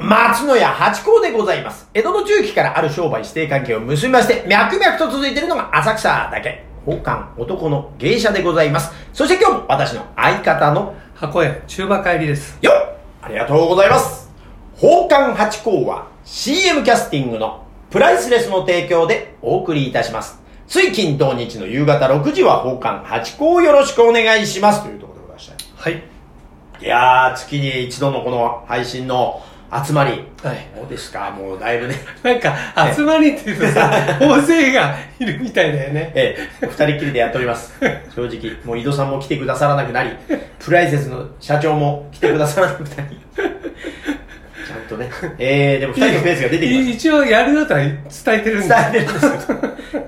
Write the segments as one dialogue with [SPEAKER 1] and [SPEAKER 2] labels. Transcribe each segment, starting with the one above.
[SPEAKER 1] 松野屋八甲でございます。江戸の中期からある商売指定関係を結びまして、脈々と続いているのが浅草だけ。宝冠男の芸者でございます。そして今日も私の相方の
[SPEAKER 2] 箱屋中馬帰りです
[SPEAKER 1] よっありがとうございます宝冠八甲は CM キャスティングのプライスレスの提供でお送りいたします。つい近当日の夕方6時は宝冠八甲をよろしくお願いしますというところでございました。
[SPEAKER 2] はい
[SPEAKER 1] いやー、月に一度のこの配信の集まり。
[SPEAKER 2] はい
[SPEAKER 1] どうですかもうだいぶね。
[SPEAKER 2] なんか集まりっていうと さ大勢がいるみたいだよね
[SPEAKER 1] ええ、二人きりでやっております。正直、もう井戸さんも来てくださらなくなり、プライセスの社長も来てくださらなくなり、ちゃんとね、ええでも二人のペースが出てきま
[SPEAKER 2] い一応やるよとは伝えてるん
[SPEAKER 1] した。
[SPEAKER 2] だ
[SPEAKER 1] 伝えてるんですよ。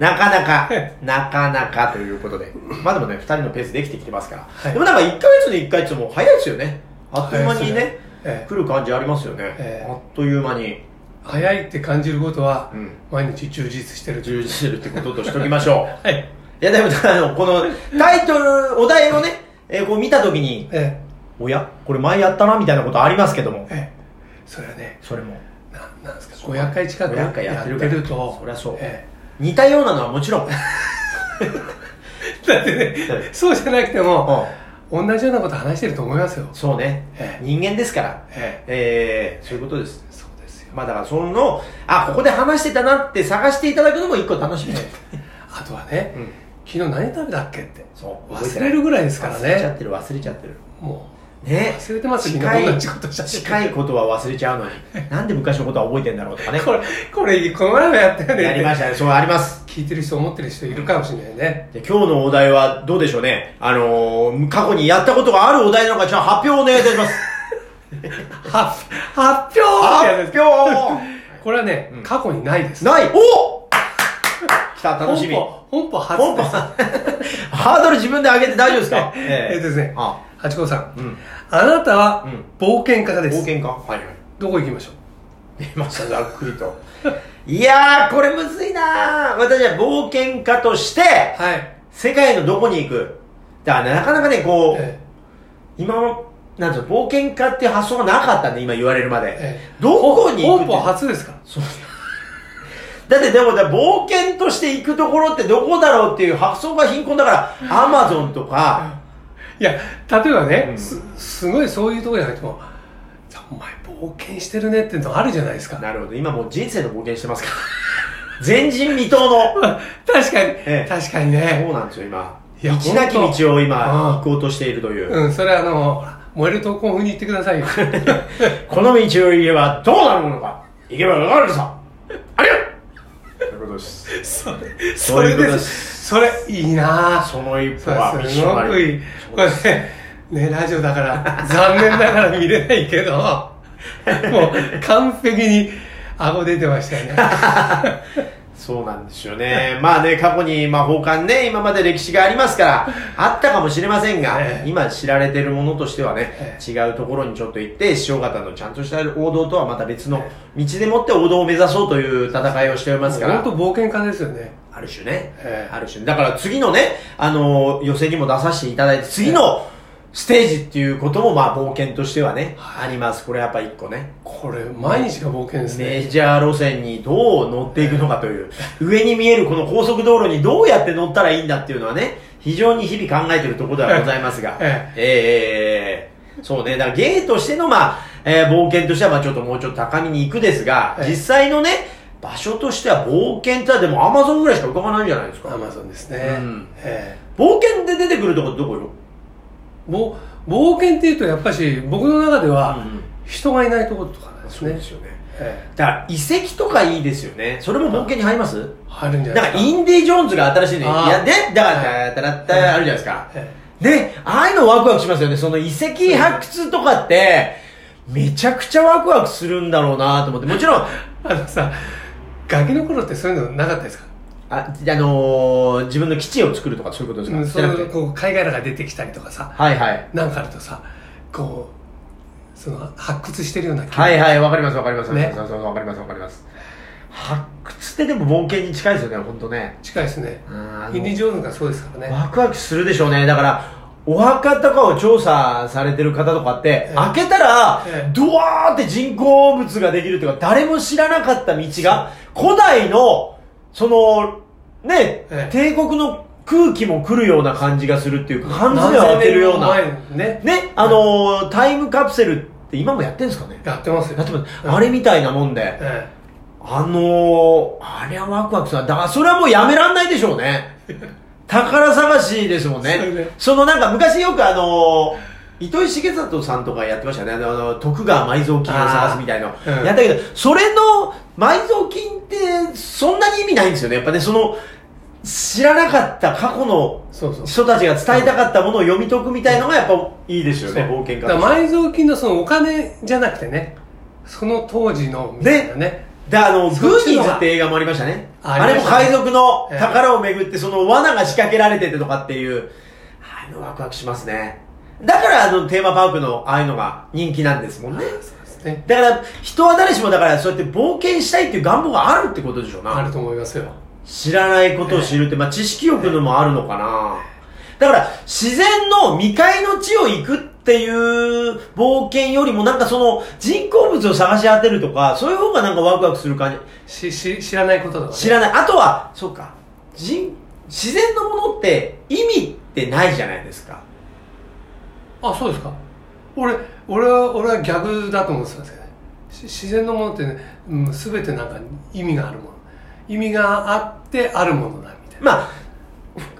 [SPEAKER 1] なかなか、なかなかということで。まあでもね、二人のペースできてきてますから。
[SPEAKER 2] はい
[SPEAKER 1] でもなんか一ヶ月に一回ってもう早いですよね。あっという間に
[SPEAKER 2] 早いです
[SPEAKER 1] ね
[SPEAKER 2] ね、ええ
[SPEAKER 1] 来る感じありますよね。
[SPEAKER 2] ええ
[SPEAKER 1] あっという間に。
[SPEAKER 2] 早いって感じることは、
[SPEAKER 1] うん
[SPEAKER 2] 毎日充実してる
[SPEAKER 1] 充実してるってこととしときましょう。
[SPEAKER 2] はい
[SPEAKER 1] いや、でも、あの、この、タイトル、お題をね、えーこう見たときに、
[SPEAKER 2] え
[SPEAKER 1] おや、これ前やったな、みたいなことありますけども
[SPEAKER 2] え。ええそれはね
[SPEAKER 1] それも。
[SPEAKER 2] ななんですか500回近く
[SPEAKER 1] 500回やってるから
[SPEAKER 2] と
[SPEAKER 1] そりゃそう
[SPEAKER 2] え
[SPEAKER 1] 似たようなのはもちろ ん。
[SPEAKER 2] えだってねそうじゃなくても、同じようなこと話してると思いますよ
[SPEAKER 1] そうね
[SPEAKER 2] え。え
[SPEAKER 1] 人間ですから。
[SPEAKER 2] ええ
[SPEAKER 1] えー、そういうことです。
[SPEAKER 2] そうですよ
[SPEAKER 1] まあだから、その、あ、ここで話してたなって探していただくのも一個楽しみ。
[SPEAKER 2] あとはね、
[SPEAKER 1] うん
[SPEAKER 2] 昨日何食べたっけって
[SPEAKER 1] そう
[SPEAKER 2] 忘れるぐらいですから
[SPEAKER 1] 忘れちゃっ
[SPEAKER 2] ね
[SPEAKER 1] てる、忘れちゃってる。
[SPEAKER 2] もう
[SPEAKER 1] ね
[SPEAKER 2] 忘れてます
[SPEAKER 1] 近い
[SPEAKER 2] 昨日同じことした
[SPEAKER 1] 近いことは忘れちゃうのに。なんで昔のことは覚えてんだろうとかね。
[SPEAKER 2] これこれこの前もやったよね
[SPEAKER 1] やりましたね。そう、あります。
[SPEAKER 2] 聞いてる人思ってる人いるかもしれないね
[SPEAKER 1] で今日のお題はどうでしょうね。あのー、過去にやったことがあるお題なのか、じゃあ発表お願いいたします。
[SPEAKER 2] は発表
[SPEAKER 1] 発表
[SPEAKER 2] これはね、過去にないです
[SPEAKER 1] ないお来た、楽しみ。
[SPEAKER 2] 本
[SPEAKER 1] 本
[SPEAKER 2] 邦本邦初
[SPEAKER 1] 舗
[SPEAKER 2] です
[SPEAKER 1] ハードル自分で上げて大丈夫ですか
[SPEAKER 2] えっとですね
[SPEAKER 1] あ
[SPEAKER 2] ハチ公さ
[SPEAKER 1] う
[SPEAKER 2] ん、
[SPEAKER 1] ん
[SPEAKER 2] あなたは
[SPEAKER 1] うん
[SPEAKER 2] 冒険家です、
[SPEAKER 1] 冒険家はいはい。
[SPEAKER 2] どこ行きましょう
[SPEAKER 1] 出ました、ざっくりと。 いやー、これむずいなー。私は冒険家として、
[SPEAKER 2] はい
[SPEAKER 1] 世界のどこに行く。だからなかなかね、こう、
[SPEAKER 2] え
[SPEAKER 1] 今も、なんていうの冒険家っていう発想がなかったんで、今言われるまで。
[SPEAKER 2] ええ
[SPEAKER 1] どこ
[SPEAKER 2] え
[SPEAKER 1] に行く
[SPEAKER 2] 本
[SPEAKER 1] って
[SPEAKER 2] 邦初ですから
[SPEAKER 1] そう だってでもだ、冒険として行くところってどこだろうっていう発想が貧困だから、アマゾンとか、
[SPEAKER 2] いや例えばね、
[SPEAKER 1] うん
[SPEAKER 2] すすごいそういうとこじゃなくてもさお前冒険してるねってのあるじゃないですか
[SPEAKER 1] なるほど、今もう人生の冒険してますから。 前人未到の。
[SPEAKER 2] 確かに、
[SPEAKER 1] ええ
[SPEAKER 2] 確かに
[SPEAKER 1] そ
[SPEAKER 2] ね
[SPEAKER 1] うなんですよ、今。
[SPEAKER 2] いや
[SPEAKER 1] 道な
[SPEAKER 2] 本
[SPEAKER 1] き
[SPEAKER 2] 当
[SPEAKER 1] 道を今、
[SPEAKER 2] うん
[SPEAKER 1] 行こうとしているという。
[SPEAKER 2] うんそれはあのほら燃える闘魂風に言ってくだ さいよ
[SPEAKER 1] この道を行けばどうなるものか。行けばわかるさ。ありがとうということです。
[SPEAKER 2] それ
[SPEAKER 1] そ
[SPEAKER 2] そう
[SPEAKER 1] いう
[SPEAKER 2] れ
[SPEAKER 1] こと
[SPEAKER 2] で
[SPEAKER 1] です
[SPEAKER 2] すそれいいなぁ
[SPEAKER 1] その一
[SPEAKER 2] そ
[SPEAKER 1] 歩は
[SPEAKER 2] れすごくいい
[SPEAKER 1] そう
[SPEAKER 2] これ
[SPEAKER 1] です
[SPEAKER 2] ねねラジオだから残念ながら見れない けどもう完璧に顎出てましたよね
[SPEAKER 1] そうなんですよね。まあね、過去に、まあ、宝冠ね、今まで歴史があります から、あったかもしれませんが、
[SPEAKER 2] ええ
[SPEAKER 1] 今知られているものとしてはね
[SPEAKER 2] え、え
[SPEAKER 1] 違うところにちょっと行って、師匠方のちゃんとした王道とはまた別の道でもって王道を目指そうという戦いをしておりますから、
[SPEAKER 2] 本当冒険家ですよね
[SPEAKER 1] ある種ね、
[SPEAKER 2] ええ
[SPEAKER 1] ある種ね。だから次のね、あのー予選にも出させていただいて、次のステージっていうことも、まあ、冒険としてはね、あります。これやっぱ一個ね。
[SPEAKER 2] これ毎日が冒険ですね、
[SPEAKER 1] メジャー路線にどう乗っていくのかという、上に見えるこの高速道路にどうやって乗ったらいいんだっていうのはね、非常に日々考えているところではございますがえ
[SPEAKER 2] え
[SPEAKER 1] えそうね、だから芸としての、まあ、えー冒険としては、まあちょっともうちょっと高みに行くですが、
[SPEAKER 2] ええ
[SPEAKER 1] 実際のね、場所としては冒険ってのはでもアマゾンぐらいしか浮かばないんじゃないですか
[SPEAKER 2] ア。マゾンですね、
[SPEAKER 1] うん
[SPEAKER 2] え
[SPEAKER 1] 冒険で出てくるとこってどこよ
[SPEAKER 2] えぼ冒険っていうとやっぱし僕の中では
[SPEAKER 1] うん
[SPEAKER 2] 人がいないところとかなんですね、
[SPEAKER 1] よね。
[SPEAKER 2] え
[SPEAKER 1] だから遺跡とかいいですよね。それも冒険に入ります、
[SPEAKER 2] え入るんじゃない
[SPEAKER 1] なんか、
[SPEAKER 2] ですか
[SPEAKER 1] インディ・ジョーンズが新しいのに、
[SPEAKER 2] あー
[SPEAKER 1] いや、ね、だから、
[SPEAKER 2] は
[SPEAKER 1] たらたらあるじゃないですか。
[SPEAKER 2] え
[SPEAKER 1] ね、ああいうのワクワクしますよね。その遺跡発掘とかって、めちゃくちゃワクワクするんだろうなと思って、もちろん、
[SPEAKER 2] えあのさガキの頃ってそういうのなかったですか
[SPEAKER 1] あ、あのー、自分の基地を作るとかそういうこと
[SPEAKER 2] うん
[SPEAKER 1] です
[SPEAKER 2] そ
[SPEAKER 1] か、じゃな
[SPEAKER 2] の
[SPEAKER 1] くて。
[SPEAKER 2] こう海外らが出てきたりとかさ
[SPEAKER 1] はいはい。
[SPEAKER 2] なんかあるとさこうその発掘してるような気が
[SPEAKER 1] はいはい、わかりますわかります。わかり
[SPEAKER 2] ね
[SPEAKER 1] ますそうそうわかりますわかります。発掘ってでも冒険に近いですよね、ほんとね。
[SPEAKER 2] 近いですね
[SPEAKER 1] うんあの
[SPEAKER 2] インディ・ジョーンズがそうですからね
[SPEAKER 1] ワクワクするでしょうね。だから、お墓とかを調査されてる方とかって、
[SPEAKER 2] ええ
[SPEAKER 1] 開けたら
[SPEAKER 2] ええ、
[SPEAKER 1] ドワーって人工物ができるというか、誰も知らなかった道が、古代の、その、ね、
[SPEAKER 2] ええ
[SPEAKER 1] 帝国の空気も来るような感じがするっていうか、缶詰を当てるような。
[SPEAKER 2] 何千年も前ね
[SPEAKER 1] ね、あのータイムカプセルって今もやってんすかね
[SPEAKER 2] やってますよ
[SPEAKER 1] やってます。あれみたいなもんで、
[SPEAKER 2] え
[SPEAKER 1] あのー、あれはワクワクするな。だからそれはもうやめらんないでしょう ね。宝探しですもんね
[SPEAKER 2] そうね。
[SPEAKER 1] そのなんか昔よくあのー、糸井重里さんとかやってましたね。あの、徳川埋蔵金を探すみたいなの
[SPEAKER 2] あ。ーうん
[SPEAKER 1] やったけど、それの埋蔵金ってそんなに意味ないんですよね。やっぱね、その、知らなかった過去の
[SPEAKER 2] えそうそう
[SPEAKER 1] 人たちが伝えたかったものを読み解くみたいのがやっぱいいですよね、
[SPEAKER 2] そ
[SPEAKER 1] 冒
[SPEAKER 2] う
[SPEAKER 1] 険家
[SPEAKER 2] だ
[SPEAKER 1] と
[SPEAKER 2] か
[SPEAKER 1] して
[SPEAKER 2] ら埋蔵金のそのお金じゃなくてねその当時のみたいなね
[SPEAKER 1] で、あの、グ
[SPEAKER 2] そっ
[SPEAKER 1] ー
[SPEAKER 2] ち
[SPEAKER 1] ニ
[SPEAKER 2] の
[SPEAKER 1] ー
[SPEAKER 2] 方
[SPEAKER 1] ズ
[SPEAKER 2] が
[SPEAKER 1] って映画もありましたね。
[SPEAKER 2] あ
[SPEAKER 1] あ
[SPEAKER 2] あり
[SPEAKER 1] れ
[SPEAKER 2] ま
[SPEAKER 1] も
[SPEAKER 2] したね
[SPEAKER 1] 海賊の宝をめぐって、その罠が仕掛けられててとかっていう、ああいうのワクワクしますね。だから、あの、テーマパークのああいうのが人気なんですもんね。
[SPEAKER 2] そうですね
[SPEAKER 1] だから、人は誰しもだから、そうやって冒険したいっていう願望があるってことでしょうな。
[SPEAKER 2] あると思いますよ
[SPEAKER 1] 知らないことを知るって、まあ、知識欲のもあるのかな。だから、自然の未開の地を行くっていう冒険よりも、なんかその、人工物を探し当てるとか、そういう方がなんかワクワクする感じ。
[SPEAKER 2] しし知らないことだから、ね、
[SPEAKER 1] 知らない。あとは、そうか、人、自然のものって意味ってないじゃないですか。
[SPEAKER 2] あそうですか俺俺は俺は逆だと思ってたんですけどねし自然のものってね、うん、全てなんか意味があるもの意味があってあるものだみたいな
[SPEAKER 1] まあ、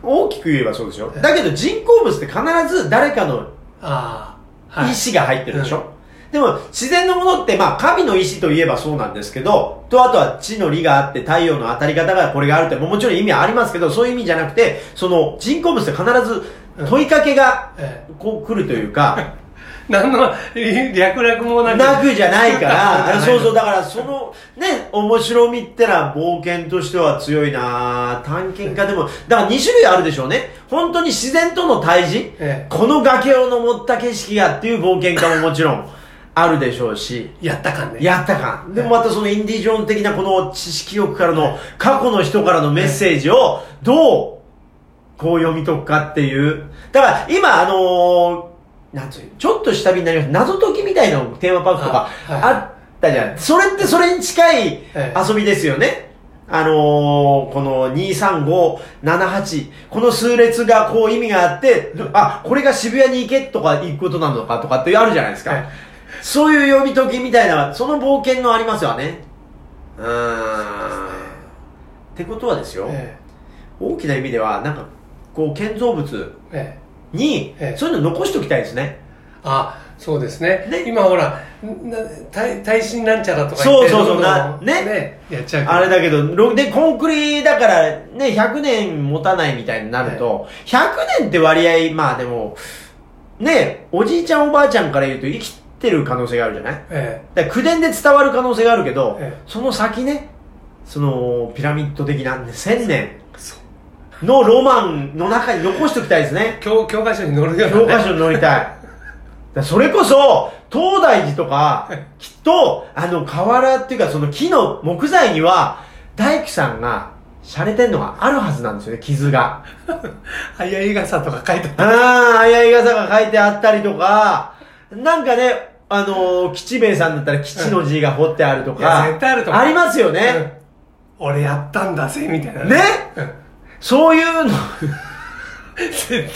[SPEAKER 1] 大きく言えばそうでしょ。だけど人工物って必ず誰かの
[SPEAKER 2] ああはい
[SPEAKER 1] 意思が入ってるでしょ、でも自然のものって、まあ、神の意志といえばそうなんですけど、と、あとは地の利があって太陽の当たり方がこれがあるって、もうもちろん意味はありますけど、そういう意味じゃなくて、その人工物って必ず問いかけが、
[SPEAKER 2] え
[SPEAKER 1] こう来るというか、
[SPEAKER 2] え何の り略略もなく
[SPEAKER 1] なくじゃない か
[SPEAKER 2] 作
[SPEAKER 1] ら、
[SPEAKER 2] った
[SPEAKER 1] そうそう、
[SPEAKER 2] ことがない
[SPEAKER 1] だからその、ね、面白みってのは冒険としては強いな探検家でも、だから2種類あるでしょうね。本当に自然との対峙、
[SPEAKER 2] え
[SPEAKER 1] この崖を登った景色がっていう冒険家ももちろんあるでしょうし、
[SPEAKER 2] えやった感ね
[SPEAKER 1] やったか。でもまたそのインディ・ジョーン的なこの知識欲からの、過去の人からのメッセージをどう、こう読み解くかっていう。だから今あのー、なんつうのちょっと下火になります。謎解きみたいなのテーマパークとか
[SPEAKER 2] あはい
[SPEAKER 1] あったじゃん。それってそれに近い
[SPEAKER 2] ええ
[SPEAKER 1] 遊びですよね。あのー、この23578この数列がこう意味があって、あ、これが渋谷に行けとか行くことなのかとかってあるじゃないですか。
[SPEAKER 2] はい
[SPEAKER 1] そういう読み解きみたいな、その冒険のありますよね。うーん。ってことはですよ、
[SPEAKER 2] え
[SPEAKER 1] 大きな意味では、なんか、こう、建造物
[SPEAKER 2] えええ
[SPEAKER 1] に
[SPEAKER 2] え、え
[SPEAKER 1] そういうの残しておきたいですね。
[SPEAKER 2] あそうですね
[SPEAKER 1] ね
[SPEAKER 2] 今ほらな耐耐震なんちゃらとか
[SPEAKER 1] そうそうそう
[SPEAKER 2] どんどん
[SPEAKER 1] なね
[SPEAKER 2] やっちゃうけど
[SPEAKER 1] あれだけど、ろで、コンクリだから、ね、100年持たないみたいになると、100年って割合、まあでも、ね、おじいちゃんおばあちゃんから言うと生きてる可能性があるじゃない
[SPEAKER 2] え
[SPEAKER 1] だから口伝で伝わる可能性があるけど、
[SPEAKER 2] ええ
[SPEAKER 1] その先ね、その、ピラミッド的なんで、1000年
[SPEAKER 2] えそう
[SPEAKER 1] のロマンの中に残しておきたいですね。
[SPEAKER 2] 教教科書に載るようなね
[SPEAKER 1] 教科書に載りたい。だからそれこそ、東大寺とか、きっと、あの、瓦っていうか、その木の木材には、大工さんが、洒落てんのがあるはずなんですよね、傷が。
[SPEAKER 2] あいや映画さとか書いてある
[SPEAKER 1] ああ、やい傘が書いてあったりとか、なんかね、あのー、吉兵衛さんだったら吉の字が彫ってあると
[SPEAKER 2] いや
[SPEAKER 1] か、
[SPEAKER 2] 絶対あると思う
[SPEAKER 1] ありますよね。
[SPEAKER 2] うん俺やったんだぜみたいな
[SPEAKER 1] ね
[SPEAKER 2] うん
[SPEAKER 1] そういうの、
[SPEAKER 2] 絶対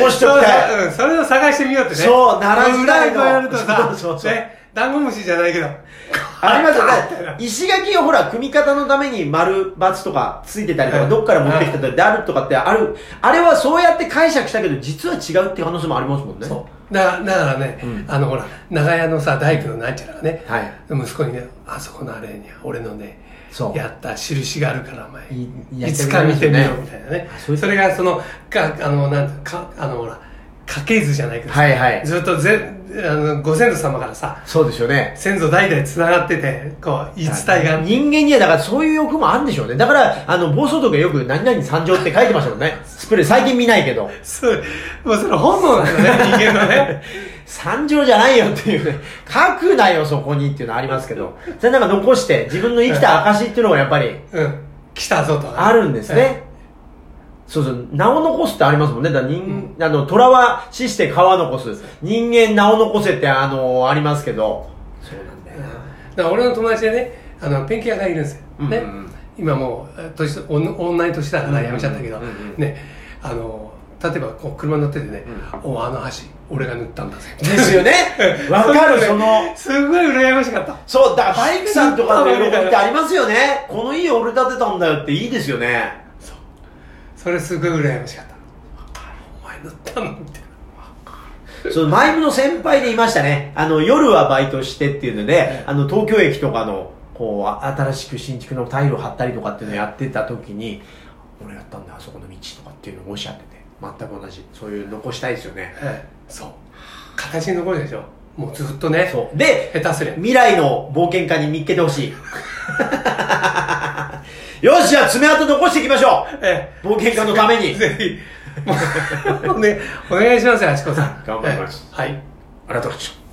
[SPEAKER 1] 残しておきたい。
[SPEAKER 2] うんそれを探してみようってね
[SPEAKER 1] そう鳴らしたいの
[SPEAKER 2] 裏にこうやると
[SPEAKER 1] そう
[SPEAKER 2] さ
[SPEAKER 1] そうそう
[SPEAKER 2] ねダンゴムシじゃないけど
[SPEAKER 1] ありますよ
[SPEAKER 2] みたい
[SPEAKER 1] ね
[SPEAKER 2] な。
[SPEAKER 1] 石垣をほら、組み方のために丸、×とかついてたりと
[SPEAKER 2] う
[SPEAKER 1] か、
[SPEAKER 2] ん
[SPEAKER 1] どっから持ってきたとかであるとかってある、あれはそうやって解釈したけど、実は違うって可能性もありますもんね。
[SPEAKER 2] そうだだからね、
[SPEAKER 1] うん
[SPEAKER 2] あのほら長屋のさ大工のなんちゃらがね、
[SPEAKER 1] はい。
[SPEAKER 2] 息子にねあそこのあれには俺のね
[SPEAKER 1] そう。
[SPEAKER 2] やった印があるからお前
[SPEAKER 1] い
[SPEAKER 2] い
[SPEAKER 1] やって
[SPEAKER 2] つ
[SPEAKER 1] みた
[SPEAKER 2] か
[SPEAKER 1] いで
[SPEAKER 2] 見
[SPEAKER 1] す
[SPEAKER 2] て
[SPEAKER 1] よね
[SPEAKER 2] みようみたいなね
[SPEAKER 1] そ
[SPEAKER 2] それがそのかあのなんてかあのほら家系図じゃないけどさ、
[SPEAKER 1] はいはい。
[SPEAKER 2] ずっとぜあのご先祖様からさ
[SPEAKER 1] そうですよね。
[SPEAKER 2] 先祖代々つながっててこう言い伝えがあって
[SPEAKER 1] 人間にはだからそういう欲もあるんでしょうね。だから、あの、暴走とかよく何々参上って書いてましたもんね。スプレー最近見ないけど。
[SPEAKER 2] そうもうそれ本能なんだね人間 のね
[SPEAKER 1] 参上じゃないよっていうね。書くなよそこにっていうのありますけど。それなんか残して、自分の生きた証っていうのがやっぱり
[SPEAKER 2] うん来たぞと
[SPEAKER 1] あるんですね。そうそう、名を残すってありますもんね。だから人、
[SPEAKER 2] ん
[SPEAKER 1] あの、虎は死して川残す。人間名を残せって、あの、ありますけど。そうなんだよ
[SPEAKER 2] だから俺の友達でねあのペンキ屋がいるんですよ、
[SPEAKER 1] うんうん
[SPEAKER 2] ね、今もうえ年とおん同じ年だからやめちゃったけど、
[SPEAKER 1] うんうんうんうん
[SPEAKER 2] ねあの例えばこう車乗っててね「おあの橋俺が塗ったんだぜ」
[SPEAKER 1] です よね。わかる、その。
[SPEAKER 2] すごい羨ましかった
[SPEAKER 1] そう、だからバイクさんとかの喜びってありますよね。この家俺建てたんだよっていいですよね。
[SPEAKER 2] それすごい羨ましかったお前塗ったのみたいな
[SPEAKER 1] そのマイムの先輩でいましたね。あの、夜はバイトしてっていうので、あの、東京駅とかの、こう、新しく新築のタイルを貼ったりとかっていうのをやってた時に、俺やったんだ、あそこの道とかっていうのをおっしゃってて、全く同じ。そういう残したいですよね。
[SPEAKER 2] はいそう形に残るでしょもうずっとね
[SPEAKER 1] そう。で、
[SPEAKER 2] 下手すりゃ
[SPEAKER 1] 未来の冒険家に見っけてほしい。 よし、じゃあ爪痕残していきましょ
[SPEAKER 2] え
[SPEAKER 1] う冒険家のために
[SPEAKER 2] え。 ぜひもうねお願いしますよあちこさん
[SPEAKER 1] 頑張ります
[SPEAKER 2] はい
[SPEAKER 1] ありがとうございました。